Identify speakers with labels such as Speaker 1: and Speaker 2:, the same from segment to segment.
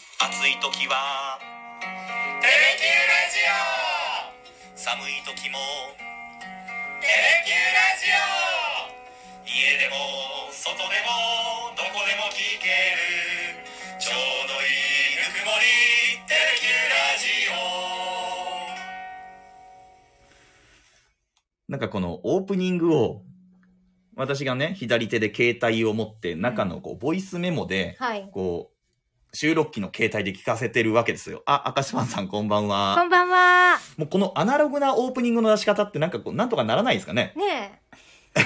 Speaker 1: 暑い時は
Speaker 2: テレキューラジオ
Speaker 1: 寒い時も
Speaker 2: テレキューラジオ
Speaker 1: 家でも外でもどこでも聞けるちょうどいいぬくもりテレキューラジ
Speaker 3: なんかこのオープニングを、私がね、左手で携帯を持って、中のこう、ボイスメモで、
Speaker 4: はい。
Speaker 3: こう、収録機の携帯で聞かせてるわけですよ。あ、赤島さんこんばん
Speaker 4: こ
Speaker 3: は。
Speaker 4: んばんは。
Speaker 3: もうこのアナログなオープニングの出し方ってなんかこう、なんとかならないですかね。
Speaker 4: ね え。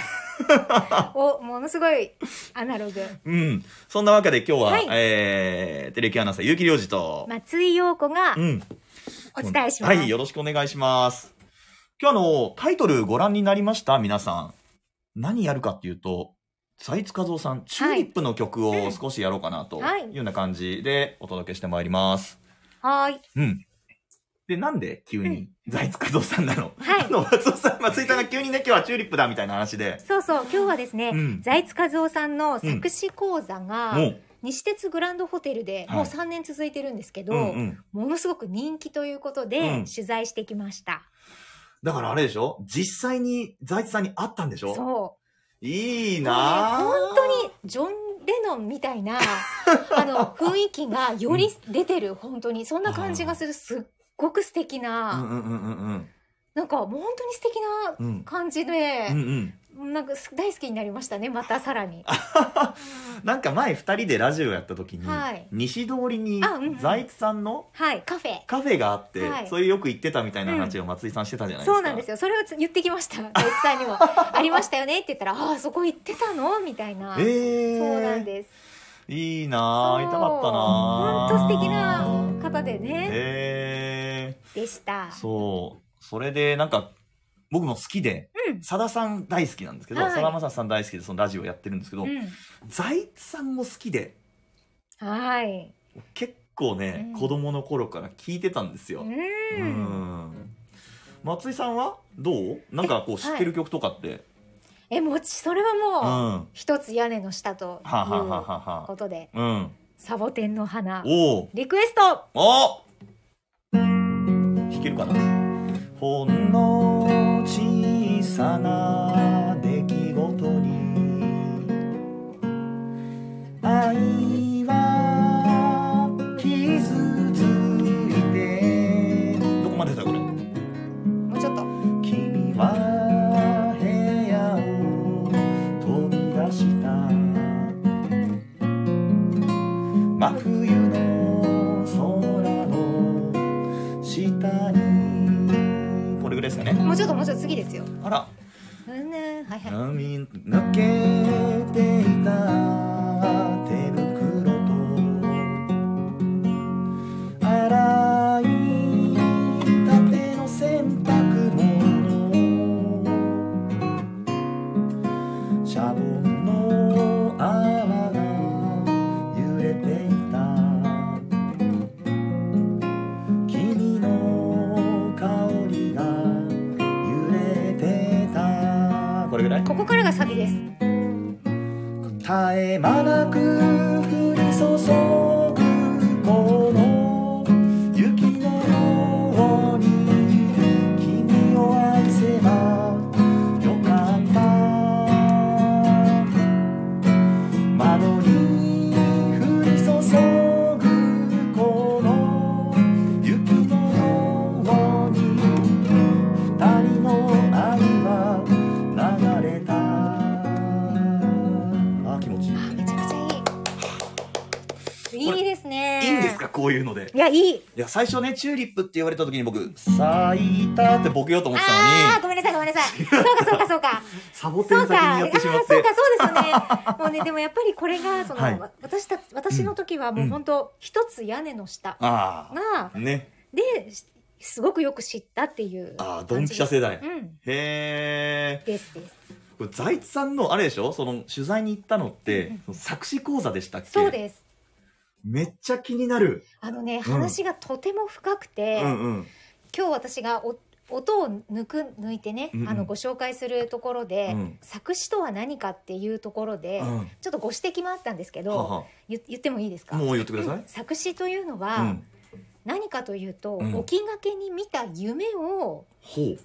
Speaker 4: お、ものすごいアナログ。
Speaker 3: うん。そんなわけで今日は、
Speaker 4: はい
Speaker 3: えー、テレキュアナウンサー結城良二と、
Speaker 4: 松井陽子が
Speaker 3: うん。
Speaker 4: お伝えしま
Speaker 3: は
Speaker 4: す。
Speaker 3: い、よろしくお願いします。今日あの、タイトルご覧になりました皆さん。何やるかっていうと、財津和夫さん、チューリップの曲を少しやろうかなと
Speaker 4: はい
Speaker 3: いうような感じでお届けしてまいります。
Speaker 4: はーい。
Speaker 3: うん。で、なんで急に財津和夫さんなの、
Speaker 4: はい
Speaker 3: あの、松尾さん、松井さんが急にね、今日はチューリップだみたいな話で。
Speaker 4: そうそう、今日はですね、
Speaker 3: うん
Speaker 4: 財津和夫さんの作詞講座が、
Speaker 3: もう、
Speaker 4: 西鉄グランドホテルで
Speaker 3: はい
Speaker 4: もう3年続いてるんですけど、
Speaker 3: うんうん。
Speaker 4: ものすごく人気ということで、
Speaker 3: うん
Speaker 4: 取材してきました。
Speaker 3: だからあれでしょ実際に財津さんに会ったんでしょ
Speaker 4: そう。
Speaker 3: いい
Speaker 4: もう
Speaker 3: なぁ。
Speaker 4: ね本当にジョン・レノンみた いなあの雰囲気がより出てる、本当にそんな感じがするすっごく素敵な、
Speaker 3: うんうんうんうん
Speaker 4: なんかもう本当に素敵な
Speaker 3: うん。うん。
Speaker 4: 感じ
Speaker 3: うんう
Speaker 4: で、
Speaker 3: ん。
Speaker 4: なんか大好きになりましたねまたさらに。
Speaker 3: なんか前二人でラジオやった時に、
Speaker 4: はい
Speaker 3: 西通りに
Speaker 4: あうんうん
Speaker 3: 財津さんの
Speaker 4: はいカフェ
Speaker 3: カフェがあって、
Speaker 4: はい
Speaker 3: それよく行ってたみたいな話を松井さんしてたじゃないですか、
Speaker 4: そうなんですよそれを言ってきま した大地さんにも「ありましたよね」って言ったら「ああそこ行ってたの?」みたいな、
Speaker 3: えー、
Speaker 4: そうなんです
Speaker 3: いいなあ会いたかったなあ
Speaker 4: そうほんと素敵な方でね、
Speaker 3: え
Speaker 4: でした
Speaker 3: ー、そうそれでなんか僕も好きで、
Speaker 4: うん
Speaker 3: さださん大好きなんですけど、
Speaker 4: はい
Speaker 3: さだまさしさん大好きでそのラジオやってるんですけど、
Speaker 4: う
Speaker 3: 財津さんも好きで
Speaker 4: んはい
Speaker 3: 結構ね、
Speaker 4: うん
Speaker 3: 子供の頃から聞いてたんですよ、
Speaker 4: う
Speaker 3: うんん松井さんはどうなんかこう知ってる曲とかって、
Speaker 4: えもちそれはもう、
Speaker 3: うん
Speaker 4: 一つ屋根の下とい
Speaker 3: はははは
Speaker 4: う
Speaker 3: は
Speaker 4: ことで
Speaker 3: うん
Speaker 4: 「サボテンの花」
Speaker 3: おう
Speaker 4: リクエスト
Speaker 3: あ弾けるかなほんの小さな出来事に愛は傷ついてどこまでだこれ
Speaker 4: もうちょっと
Speaker 3: 君は部屋を飛び出した真冬の空の下にこれぐらいですかね
Speaker 4: もうちょっともうちょっと次ですよ
Speaker 3: あら
Speaker 4: うんねはいはい
Speaker 3: 波抜けていた手袋と洗いたての洗濯物シャボンの泡が揺れていた君の香りが揺れてたこれぐらい
Speaker 4: ここからがサビです
Speaker 3: 絶え間なく降り注ぐこの雪のように君を愛せばよかった窓に降り注ぐこの雪のように二人の愛は流れたあー気持ちいい
Speaker 4: あめちゃくちゃいいいいですね
Speaker 3: いいんですかこういうので
Speaker 4: いやいい
Speaker 3: いや最初ねチューリップって言われた時に僕「咲いた」ってボケようと思ってた
Speaker 4: ああ
Speaker 3: のに
Speaker 4: ーごめんなさいごめんなさいそうかそうかそ うか
Speaker 3: サボテ
Speaker 4: そ
Speaker 3: ン
Speaker 4: う
Speaker 3: 先
Speaker 4: かあ
Speaker 3: にや
Speaker 4: あー
Speaker 3: ってしまっ
Speaker 4: そう
Speaker 3: て
Speaker 4: かそうですよねもうねでもやっぱりこれがその、
Speaker 3: はい
Speaker 4: 私た私の時はもう本当一つ屋根の下
Speaker 3: あ
Speaker 4: が
Speaker 3: あね
Speaker 4: ですすごくよく知ったっていう
Speaker 3: ああドン
Speaker 4: 感
Speaker 3: ピ
Speaker 4: じ
Speaker 3: シャ世代、
Speaker 4: う
Speaker 3: へ
Speaker 4: ん
Speaker 3: え
Speaker 4: ですです
Speaker 3: これ財津さんのあれでしょその取材に行ったのって、その作詞講座でしたっけ
Speaker 4: そうです
Speaker 3: めっちゃ気になる、
Speaker 4: あのね話がとても深くて、
Speaker 3: うんうん
Speaker 4: 今日私がお音を抜く抜いてね、
Speaker 3: うんうん
Speaker 4: あのご紹介するところで、
Speaker 3: うん
Speaker 4: 作詞とは何かっていうところで、
Speaker 3: うん
Speaker 4: ちょっとご指摘もあったんですけど、
Speaker 3: はは
Speaker 4: 言言ってもいいですか
Speaker 3: もう言ってください
Speaker 4: 作詞というの
Speaker 3: う
Speaker 4: は
Speaker 3: ん
Speaker 4: 何かというと、
Speaker 3: うん
Speaker 4: 起きがけに見た夢を
Speaker 3: ほう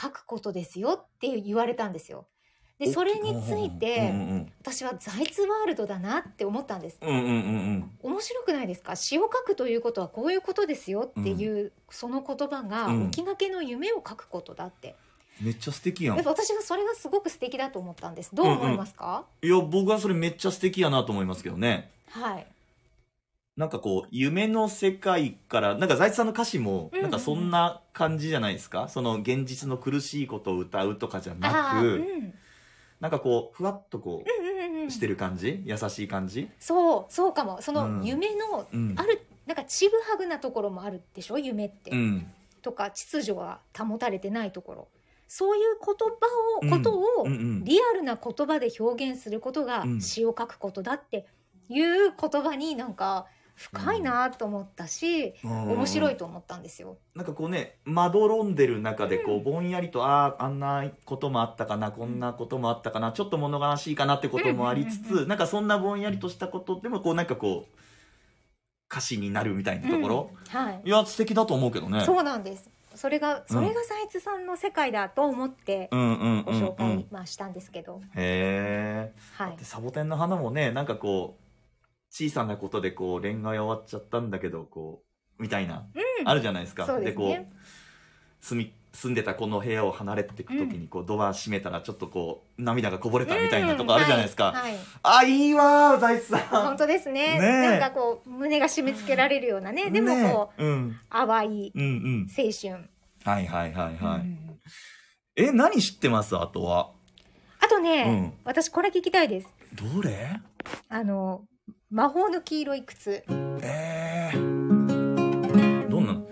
Speaker 4: 書くことですよって言われたんですよ。でそれについて、
Speaker 3: うんうん
Speaker 4: 私はザイツワールドだなって思ったんです。
Speaker 3: うんうんうん
Speaker 4: 面白くないですか詩を書くということはこういうことですよっていう、その言葉が
Speaker 3: うん
Speaker 4: 起きがけの夢を書くことだって、
Speaker 3: うんめっちゃ素敵やん
Speaker 4: やっぱ私はそれがすごく素敵だと思ったんですどう思いますか、
Speaker 3: いや僕はそれめっちゃ素敵やなと思いますけどね
Speaker 4: はい
Speaker 3: なんかこう夢の世界からなんか財津さんの歌詞も
Speaker 4: うん
Speaker 3: なんかそんな感じじゃないですか、その現実の苦しいことを歌うとかじゃな
Speaker 4: ああ
Speaker 3: く、
Speaker 4: ーうん
Speaker 3: なんかこうふわっとこ
Speaker 4: うんうんう
Speaker 3: うんしてる感じ優しい感じ
Speaker 4: そうそうかもそ
Speaker 3: うん
Speaker 4: の夢の
Speaker 3: うん
Speaker 4: ある、なんかちぐはぐなところもあるでしょ夢って、
Speaker 3: うん
Speaker 4: とか秩序が保たれてないところそういう
Speaker 3: う
Speaker 4: 言
Speaker 3: ん
Speaker 4: 葉を、ことを、
Speaker 3: うんうん
Speaker 4: リアルな言葉で表現することが
Speaker 3: うん
Speaker 4: 詩を書くことだっていう言葉になんか深いなと思ったし、面白いと思ったんですよ。
Speaker 3: なんかこうねまどろんでる中でこう、ぼんやりとあああんなこともあったかなこんなこともあったかなちょっと物悲しいかなってこともありつつ、
Speaker 4: うんうんうん
Speaker 3: なんかそんなぼんやりとしたことでもこうなんかこう歌詞になるみたいなところ、
Speaker 4: うんはい、
Speaker 3: いや素敵だと思うけどね
Speaker 4: そうなんです。それ
Speaker 3: う
Speaker 4: が
Speaker 3: ん
Speaker 4: それが財津さんの世界だと思って
Speaker 3: うんうんう
Speaker 4: ご
Speaker 3: ん、うん、
Speaker 4: 紹介まあしたんですけど、
Speaker 3: へえ
Speaker 4: はい
Speaker 3: で。サボテンの花もねなんかこう小さなことでこう恋愛終わっちゃったんだけどこうみたいな、あるじゃないですか
Speaker 4: そうです
Speaker 3: こ
Speaker 4: ね
Speaker 3: う住み住んでたこの部屋を離れていく時にこう、ドア閉めたらちょっとこう涙がこぼれたみたいなとこあるじゃないですか、
Speaker 4: うんはいはい
Speaker 3: あいいわー財津さ
Speaker 4: 本
Speaker 3: ん
Speaker 4: 当です
Speaker 3: ね
Speaker 4: ね
Speaker 3: え
Speaker 4: なんかこう胸が締め付けられるようなねでも
Speaker 3: ね
Speaker 4: こう、
Speaker 3: えうん
Speaker 4: 淡い
Speaker 3: うんうん
Speaker 4: 青春、
Speaker 3: はいはいはいはい、
Speaker 4: うん
Speaker 3: え何知ってますあとは
Speaker 4: あとね、
Speaker 3: うん
Speaker 4: 私これ聞きたいです
Speaker 3: どれ
Speaker 4: あの魔法の黄色い靴
Speaker 3: えー、どんなの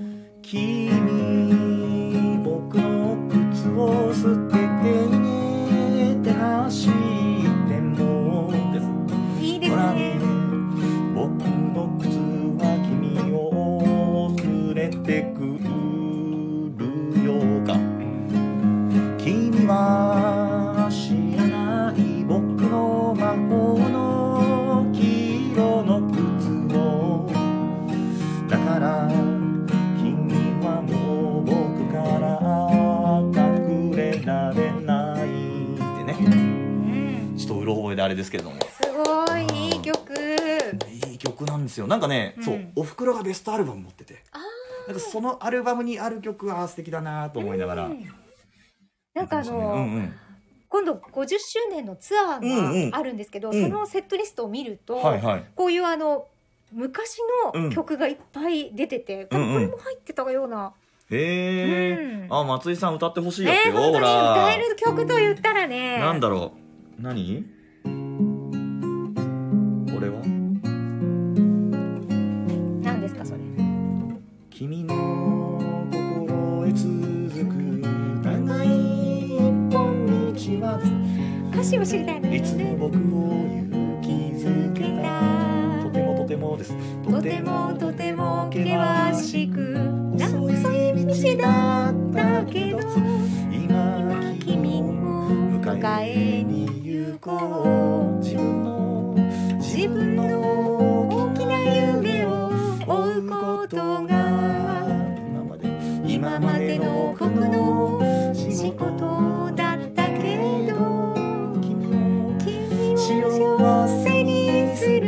Speaker 3: 君僕の靴を捨てて逃げて走ってもです
Speaker 4: いいです
Speaker 3: ほら
Speaker 4: ね
Speaker 3: 僕の靴は君を忘れてくるよか君は知らない僕の魔法の黄色の靴をだから君はもう僕から隠れられないってね
Speaker 4: うん
Speaker 3: ちょっとうろ覚えであれですけれども
Speaker 4: すごいいい曲
Speaker 3: いい曲なんですよなんかね、
Speaker 4: うん
Speaker 3: そうおふくろがベストアルバム持ってて
Speaker 4: あ
Speaker 3: なんかそのアルバムにある曲は素敵だなと思いながら、
Speaker 4: うんなんかあの、
Speaker 3: うんうん
Speaker 4: 今度50周年のツア
Speaker 3: うんう
Speaker 4: ー
Speaker 3: ん
Speaker 4: があるんですけど、
Speaker 3: うん
Speaker 4: そのセットリストを見ると、
Speaker 3: はいはい
Speaker 4: こういうあの昔
Speaker 3: うん
Speaker 4: の曲がいっぱい出てて、多
Speaker 3: うんうん
Speaker 4: 分これも入ってたような、
Speaker 3: へえ、
Speaker 4: うん
Speaker 3: あ松井さん歌ってほしい
Speaker 4: え
Speaker 3: やつ
Speaker 4: え
Speaker 3: よ、
Speaker 4: ー、本当
Speaker 3: ほ
Speaker 4: に
Speaker 3: ら
Speaker 4: 歌える曲と言ったらね
Speaker 3: なんだろう何これは
Speaker 4: なんですかそれ
Speaker 3: 君の心へ続く長い一本道は
Speaker 4: 歌詞を知りたいね
Speaker 3: いつも僕を勇気づけたとてもとてもです
Speaker 4: とてもとても険しく
Speaker 3: 遅
Speaker 4: 細
Speaker 3: い
Speaker 4: い
Speaker 3: 道
Speaker 4: 道
Speaker 3: だ
Speaker 4: だ
Speaker 3: っ
Speaker 4: ったた
Speaker 3: け
Speaker 4: け
Speaker 3: ど
Speaker 4: ど
Speaker 3: 今君
Speaker 4: 君を
Speaker 3: を迎
Speaker 4: 迎
Speaker 3: え
Speaker 4: え
Speaker 3: に
Speaker 4: に
Speaker 3: 行
Speaker 4: 行
Speaker 3: こ
Speaker 4: こ
Speaker 3: う
Speaker 4: う
Speaker 3: 自分の自分の大き
Speaker 4: 大き
Speaker 3: な
Speaker 4: な
Speaker 3: 夢
Speaker 4: 夢
Speaker 3: を
Speaker 4: を
Speaker 3: 追
Speaker 4: 追
Speaker 3: う
Speaker 4: う
Speaker 3: こ
Speaker 4: ことと
Speaker 3: が
Speaker 4: が
Speaker 3: 今まで今
Speaker 4: 今
Speaker 3: ま
Speaker 4: ま
Speaker 3: で
Speaker 4: で
Speaker 3: の
Speaker 4: の
Speaker 3: 僕
Speaker 4: 僕
Speaker 3: の
Speaker 4: の
Speaker 3: 仕
Speaker 4: 仕
Speaker 3: 事
Speaker 4: 事
Speaker 3: だっ
Speaker 4: だったた
Speaker 3: け
Speaker 4: け
Speaker 3: ど
Speaker 4: ど
Speaker 3: 君を
Speaker 4: 君を
Speaker 3: 幸せ
Speaker 4: 背
Speaker 3: に
Speaker 4: に
Speaker 3: す
Speaker 4: す
Speaker 3: る
Speaker 4: る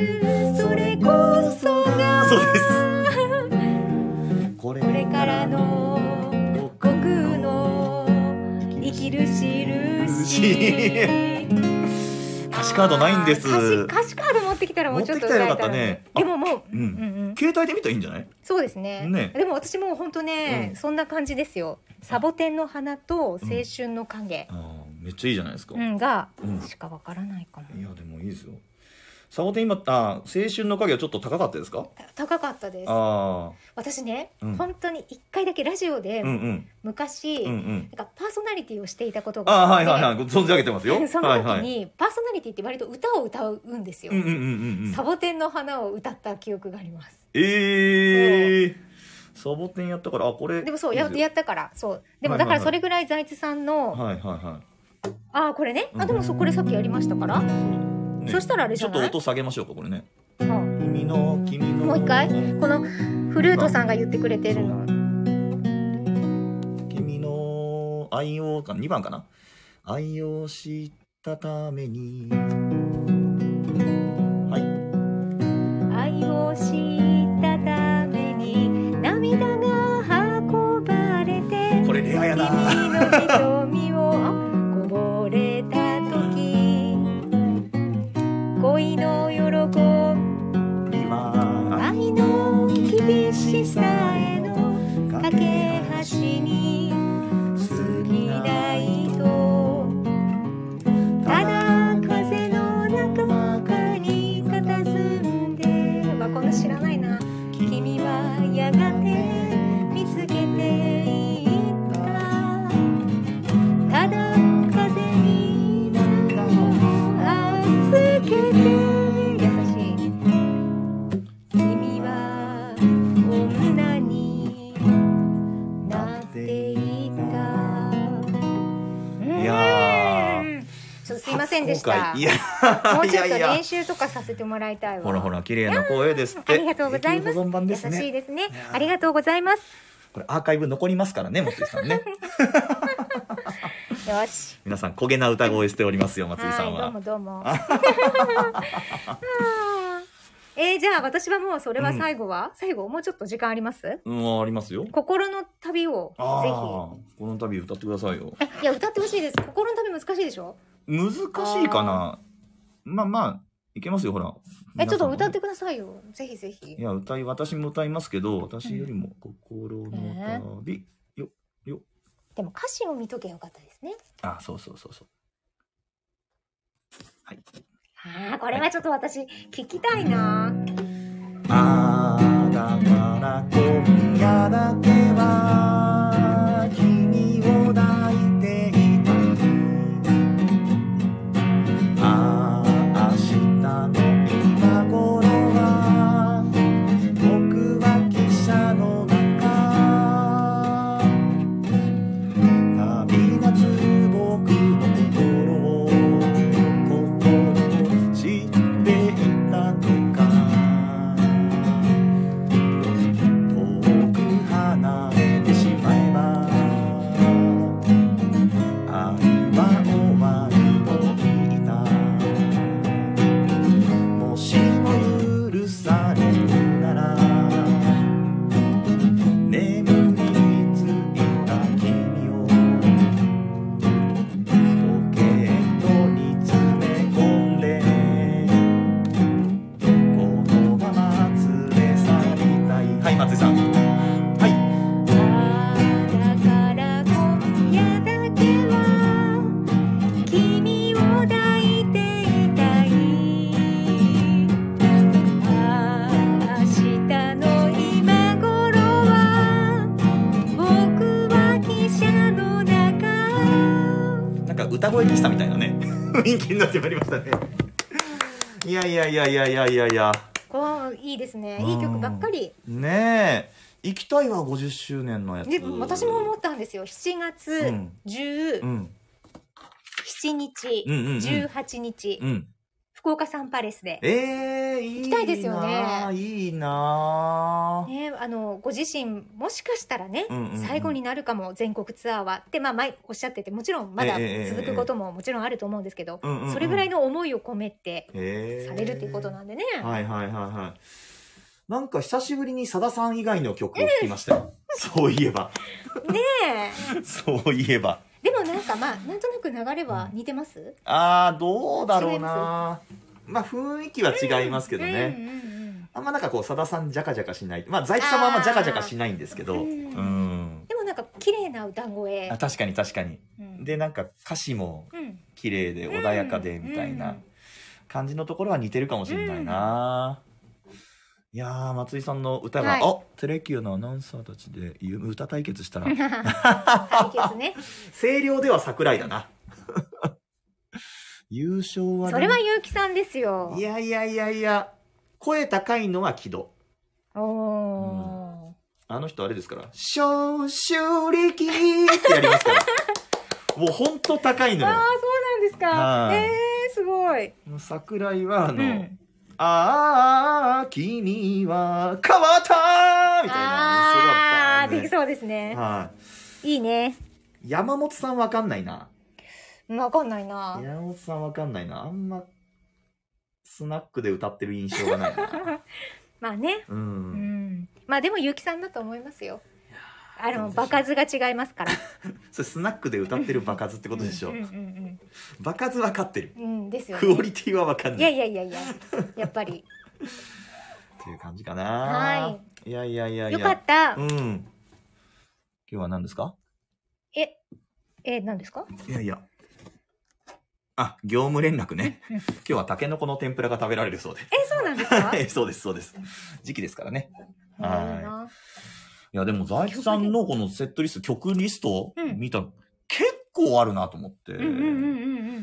Speaker 4: それこそが
Speaker 3: そうですこれ
Speaker 4: これからの
Speaker 3: 僕
Speaker 4: 悟空の生きる印
Speaker 3: 歌詞カードないんです
Speaker 4: あー歌詞歌詞カード持ってきたらもうちょっと歌え
Speaker 3: 持ってきた
Speaker 4: たら
Speaker 3: らよか
Speaker 4: ね
Speaker 3: ったねあ
Speaker 4: でももう、
Speaker 3: うん
Speaker 4: うんうん
Speaker 3: 携帯で見たらいいんじゃない
Speaker 4: そうですね
Speaker 3: ね
Speaker 4: でも私も本当ね、
Speaker 3: うん
Speaker 4: そんな感じですよサボテンの花と青春の影、
Speaker 3: あーめっちゃいいじゃないですか、
Speaker 4: うんが、
Speaker 3: うん
Speaker 4: しかわからないかも
Speaker 3: いやでもいいですよサボテン今あ青春の影はちょっと高かったですか
Speaker 4: 高かったです
Speaker 3: あ
Speaker 4: 私ね、
Speaker 3: うん
Speaker 4: 本当に一回だけラジオ
Speaker 3: あ
Speaker 4: で
Speaker 3: うんうん
Speaker 4: 昔、
Speaker 3: うんうん
Speaker 4: なんかパーソナリティをしていたことが
Speaker 3: あーはい
Speaker 4: って
Speaker 3: はいはいご存じ上げてますよ
Speaker 4: その時に、
Speaker 3: はいはい
Speaker 4: パーソナリティって割と歌を歌うんですよ、
Speaker 3: うんうんうんうんうん
Speaker 4: サボテンの花を歌った記憶があります
Speaker 3: ええー、サボテンやったからあこれ
Speaker 4: でもそう
Speaker 3: いい
Speaker 4: や
Speaker 3: すよ
Speaker 4: やったからそうでも
Speaker 3: はいは
Speaker 4: だ
Speaker 3: いはい
Speaker 4: からそれぐらい財津さんの、
Speaker 3: はいはいは
Speaker 4: ああこれねあでもそうこれさっきやりましたから、
Speaker 3: いそう、ね
Speaker 4: そしたらあれじ
Speaker 3: ち
Speaker 4: ゃ
Speaker 3: ょっと
Speaker 4: ない
Speaker 3: 音下げましょうかこれね
Speaker 4: うん
Speaker 3: 君の君の
Speaker 4: もう一回このフルートさんが言ってくれてるの
Speaker 3: 君の愛をか2番かな愛を知ったためにはい
Speaker 4: 愛を知ったために涙が運ばれて
Speaker 3: これレアやな
Speaker 4: 君の瞳をあこぼれた時恋の喜び
Speaker 3: 今
Speaker 4: 愛の厳しさへの架け橋に過ぎないとただ風の中に佇んでまあこんな知らないな君はやがて見つけていったただ風に中を預けて優しい君は女になっていた
Speaker 3: いや
Speaker 4: うんちょっとすいませんでし
Speaker 3: 初公
Speaker 4: た
Speaker 3: 開いや
Speaker 4: もう
Speaker 3: い
Speaker 4: ちょっ
Speaker 3: や
Speaker 4: と
Speaker 3: い
Speaker 4: い
Speaker 3: や
Speaker 4: 練習とかさせてもらいたいわ
Speaker 3: ほらほら綺麗な声ですって
Speaker 4: ありがとうございます
Speaker 3: 永久保存版です
Speaker 4: 優し
Speaker 3: ね
Speaker 4: いですね
Speaker 3: やー
Speaker 4: ありがとうございます
Speaker 3: これアーカイブ残りますからね松井さん ね
Speaker 4: よし
Speaker 3: 皆さん焦げな歌声しておりますよ松井さん
Speaker 4: はいどう
Speaker 3: は
Speaker 4: もどうもあ ーえー、じゃあ私はもうそれは最後は、最後もうちょっと時間あります
Speaker 3: うんありますよ
Speaker 4: 心の旅をぜ
Speaker 3: ああこの度歌ってくださいよ
Speaker 4: ひえいや歌ってほしいです心の旅難しいでしょ
Speaker 3: 難しいかなまあまあいけますよほら
Speaker 4: えちょっと歌っててくださいよぜひぜひ
Speaker 3: いや歌い私も歌いますけど私よりも心の旅、
Speaker 4: でも歌詞を見とけばよかったですね
Speaker 3: あそうそうそうそうはい
Speaker 4: ああこれはちょっと私聞きたいな
Speaker 3: ああだから今夜だけは君を抱いていたああ明日の今頃は僕は汽車の中旅立つ僕の心をここ知っていたのか遠く離れてしまえば愛は終わりを聞いたもしも許されるなら眠りついた君をポケットに詰め込んでこのまま連れ去りたいはい松井さんはい
Speaker 4: ああだから今夜だけは君を抱いていたいああ明日の今頃は僕は汽車の中
Speaker 3: なんか歌声喫茶みたいなね雰囲気になってまいりましたねいやいやいやいやいやいやいや
Speaker 4: こういいですねいい曲ばっかり
Speaker 3: ねえ行きたいわ50周年のやつ
Speaker 4: で私も思ったんですよ7月
Speaker 3: うん
Speaker 4: 17
Speaker 3: うん
Speaker 4: 日、
Speaker 3: うんうんうん
Speaker 4: 18日、
Speaker 3: うん
Speaker 4: 福岡サンパレスで、
Speaker 3: ええいい
Speaker 4: きたいですよね
Speaker 3: いいなあ
Speaker 4: ね、あのご自身もしかしたらね、
Speaker 3: うんうんうん
Speaker 4: 最後になるかも全国ツアーはって、まあ、前おっしゃっててもちろんまだ
Speaker 3: ええええ
Speaker 4: 続くことももちろんあると思うんですけど、
Speaker 3: うんうんうん
Speaker 4: それぐらいの思いを込めて
Speaker 3: へえ
Speaker 4: されるっていうことなんでね、
Speaker 3: はいはいはいはいなんか久しぶりにさださん以外の曲を聴きましたよ、そういえば
Speaker 4: ね
Speaker 3: そういえば
Speaker 4: えでもなんかまあなんとなく流れは似てます
Speaker 3: あーどうだろ
Speaker 4: 違
Speaker 3: う
Speaker 4: い
Speaker 3: なまあ雰囲気は違いますけどね、
Speaker 4: うんうんうん
Speaker 3: あんまなんかこうさださんじゃかじゃかしないまあ財津さんはあんまじゃかじゃかしないんですけど
Speaker 4: あー
Speaker 3: う
Speaker 4: うん
Speaker 3: ん
Speaker 4: でもなんか綺麗な歌声
Speaker 3: あ、確かに確かに
Speaker 4: うん
Speaker 3: でなんか歌詞も
Speaker 4: うん
Speaker 3: 綺麗で穏やかでみたい
Speaker 4: うんう
Speaker 3: なん感じのところは似てるかもしれないな、いやー松井さんの歌が、
Speaker 4: はい
Speaker 3: あテレキューのアナウンサーたちで歌対決したら
Speaker 4: 対 決ね
Speaker 3: 星稜では桜井だな 優勝はね
Speaker 4: それは結城さんですよ
Speaker 3: いやいやいやいや声高いのは木戸
Speaker 4: おお、
Speaker 3: あの人あれですから、消臭力ってやります から。もうほんと高いの
Speaker 4: ああ、そう
Speaker 3: よ。
Speaker 4: なんですか
Speaker 3: は。い
Speaker 4: ええー、すごい。
Speaker 3: 桜井はあの、
Speaker 4: うん
Speaker 3: ああ、君は変わったみたいな
Speaker 4: ああ、
Speaker 3: のすごいあった
Speaker 4: でき
Speaker 3: よね
Speaker 4: そうですね。
Speaker 3: はい
Speaker 4: いいね。
Speaker 3: い。山本さんわかんないな。
Speaker 4: うんわかんないな。
Speaker 3: 山本さんわかんないな。あんま、スナックで歌ってる印象がない な。
Speaker 4: まあね。
Speaker 3: う。
Speaker 4: うんん。まあでも、ゆきさんだと思いますよ。あ
Speaker 3: どう
Speaker 4: の、
Speaker 3: でしょう
Speaker 4: 場数が違いますから。
Speaker 3: それスナックで歌ってる場数ってことでしょ
Speaker 4: うんう。ん
Speaker 3: 場数わかってる。
Speaker 4: うんうん。うん、ですよ
Speaker 3: クオ
Speaker 4: ね。
Speaker 3: リティはわかん
Speaker 4: い
Speaker 3: な
Speaker 4: や
Speaker 3: い。
Speaker 4: いやいやいや、やっ ぱ
Speaker 3: っ
Speaker 4: り。
Speaker 3: ていう感じかな。。
Speaker 4: はい
Speaker 3: いやいやいやいや。
Speaker 4: よかった
Speaker 3: う。ん。今日は何ですか
Speaker 4: え、え、何ですか
Speaker 3: いやいや。あ、業務連絡ね。今日はタケノコの天ぷらが食べられるそうで。
Speaker 4: え、そうなんですか
Speaker 3: はい、そうです、そうです。時期ですからね。
Speaker 4: いい
Speaker 3: は。
Speaker 4: ない
Speaker 3: いや、でも、財津さんのこのセットリスト、曲リスト
Speaker 4: うん
Speaker 3: 見た、結構あるなと思って。
Speaker 4: うんうんうんうんう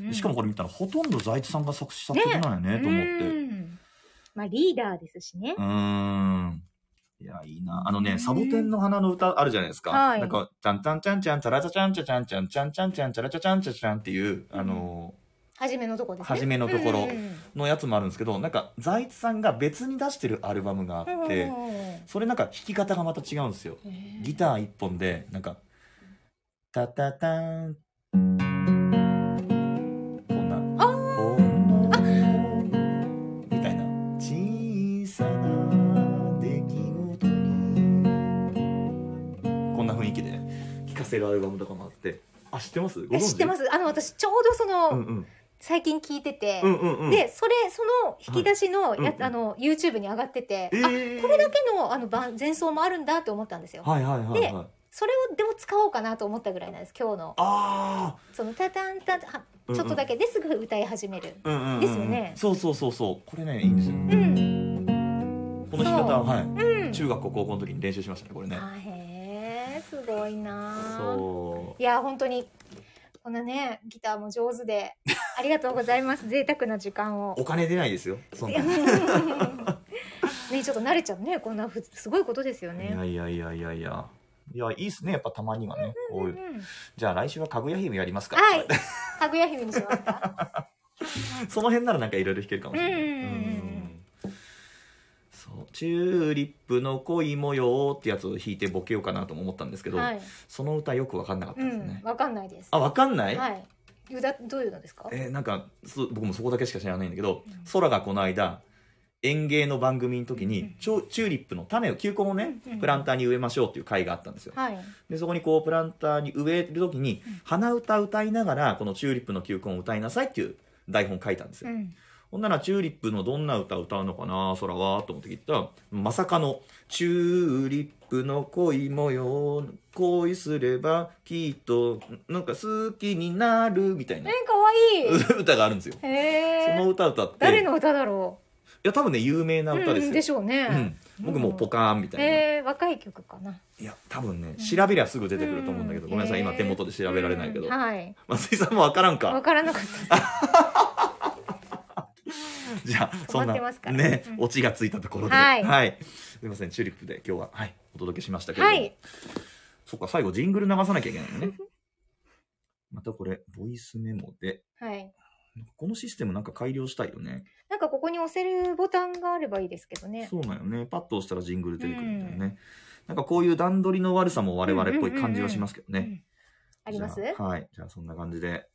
Speaker 4: んうん。
Speaker 3: しかもこれ見たら、ほとんど財津さんが作詞作曲なんやね、と思って。
Speaker 4: うんまあ、リーダーですしね
Speaker 3: う。ーん。いや、いいな。あのね、サボテンの花の歌あるじゃないですか。
Speaker 4: はい
Speaker 3: なんか、ちゃんちゃんちゃんちゃん、ちゃらちゃちゃんちゃちゃんちゃんちゃんちゃんちゃんちゃらちゃちゃんちゃちゃんっていう、あの
Speaker 4: 初めのとこですね。
Speaker 3: 初めのところ
Speaker 4: うんうん
Speaker 3: のやつもあるんですけど、なんか、財津さんが別に出してるアルバムがあ
Speaker 4: うん
Speaker 3: って、それなんか弾き方がまた違うんですよ。ギター一本で、なんか、タタターン。こんな。ほんのみたいな。小さな出来事に。こんな雰囲気で聴かせるアルバムとかもあって。あ、知ってますご
Speaker 4: え
Speaker 3: 存知。
Speaker 4: 知ってますすあの私ちょうどその、
Speaker 3: うんうん。
Speaker 4: 最近聞いてて、
Speaker 3: うんうんうん。
Speaker 4: でそれその引き出しのや、
Speaker 3: はいうんうん
Speaker 4: あの YouTube に上がってて、
Speaker 3: え
Speaker 4: あだ
Speaker 3: ー、
Speaker 4: けのあの伴前奏もあるんだって思ったんですよ、
Speaker 3: はいはいはいはい。
Speaker 4: それをでも使おうかなと思ったぐらいなんです今日の
Speaker 3: あ
Speaker 4: そのタタンタタンは
Speaker 3: あ。
Speaker 4: ちょっとだけですぐ歌い始める
Speaker 3: うんうんうんうん
Speaker 4: ですよね
Speaker 3: そうそうそうそう。これね、いいんですよ。
Speaker 4: うん
Speaker 3: この弾き方は、はい。
Speaker 4: うん、
Speaker 3: 中学校高校の時に練習しましたねこれね
Speaker 4: あへえすごいな
Speaker 3: そう
Speaker 4: いや本当にこんなねギターも上手でありがとうございます贅沢な時間を
Speaker 3: お金出ないですよそんな、
Speaker 4: ねちょっと慣れちゃうねこんなふすごいことですよ
Speaker 3: いや
Speaker 4: ね。
Speaker 3: いやいやいやいやいやいいっすねやっぱたまにはね、
Speaker 4: う
Speaker 3: こ
Speaker 4: ん
Speaker 3: う
Speaker 4: う
Speaker 3: いうんじゃあ来週はかぐや姫やりますか、
Speaker 4: はい、かぐや姫にしますか。
Speaker 3: その辺ならなんかいろいろ弾けるかもしれない、
Speaker 4: うんうんうんうん
Speaker 3: そうチューリップの恋模様ってやつを弾いてボケようかなとも思ったんですけど、
Speaker 4: はい、
Speaker 3: その歌よく分かんなかった
Speaker 4: う
Speaker 3: ですね
Speaker 4: ん、、わかんないです。
Speaker 3: あ分かんない、
Speaker 4: はい、ゆだ、どういうのですか。
Speaker 3: えーなんかそ僕もそこだけしか知らないんだけど、
Speaker 4: うん
Speaker 3: 空がこの間園芸の番組の時に、
Speaker 4: うん
Speaker 3: チョチューリップの種を球根をね、
Speaker 4: うんうん
Speaker 3: プランターに植えましょうっていう会があったんですよ
Speaker 4: はい、
Speaker 3: でそこにこうプランターに植える時に、鼻歌歌いながらこのチューリップの球根を歌いなさいっていう台本書いたんです
Speaker 4: う
Speaker 3: よ、
Speaker 4: ん、
Speaker 3: ほんならチューリップのどんな歌歌うのかな空はと思って聞いたらまさかの「チューリップの恋模様恋すればきっとなんか好きになる」みたいな
Speaker 4: え、可愛 い
Speaker 3: 歌があるんですよ
Speaker 4: へ
Speaker 3: その
Speaker 4: え。
Speaker 3: 歌歌って
Speaker 4: 誰
Speaker 3: い
Speaker 4: の歌だろ
Speaker 3: や多分ね有名な
Speaker 4: う。
Speaker 3: 歌で
Speaker 4: う
Speaker 3: す
Speaker 4: ん、
Speaker 3: よ、
Speaker 4: でしょうね。
Speaker 3: うん僕もうポカーンみたいな、
Speaker 4: ええ、若い曲かな。
Speaker 3: いや多分ね調べりゃすぐ出てくると思うんだけど、
Speaker 4: う
Speaker 3: ごめんなさい
Speaker 4: へえ
Speaker 3: 今手元で調べられないけど、
Speaker 4: うんはい、
Speaker 3: 松井さんもわからん
Speaker 4: わ
Speaker 3: か
Speaker 4: からなかった。
Speaker 3: じゃあそん
Speaker 4: 止まっ
Speaker 3: な
Speaker 4: てますから
Speaker 3: ね、
Speaker 4: うん
Speaker 3: オチがついたところでは
Speaker 4: はい
Speaker 3: すいませんチューリップで今日ははいお届けしましたけれど
Speaker 4: は
Speaker 3: も、
Speaker 4: い、
Speaker 3: そっか最後ジングル流さなきゃいけないの ねまたこれボイスメモで
Speaker 4: はい。
Speaker 3: このシステムなんか改良したいよね
Speaker 4: なんかここに押せるボタンがあればいいですけどね。
Speaker 3: そうなんよねパッと押したらジングル出てくるみたいなね、なんかこういう段取りの悪さも我々っぽい感じはしますけどね、
Speaker 4: うんあります
Speaker 3: じ。ゃあはい。じゃあそんな感じで、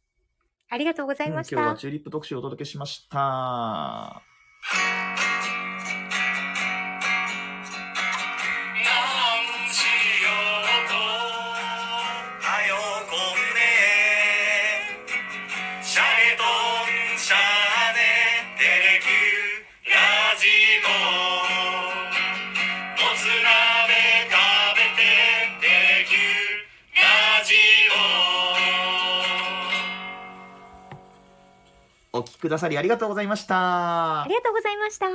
Speaker 4: ありがとうござ
Speaker 3: うん
Speaker 4: い
Speaker 3: 今
Speaker 4: まし
Speaker 3: 日は
Speaker 4: た。
Speaker 3: チューリップ特集をお届けしました。
Speaker 1: 何しようとはよこんでシャレとんシャネテレキューラジオもつ鍋食べてテレキューラジオ
Speaker 3: お聞きくださりありがとうございました
Speaker 4: あ。りがとうございました。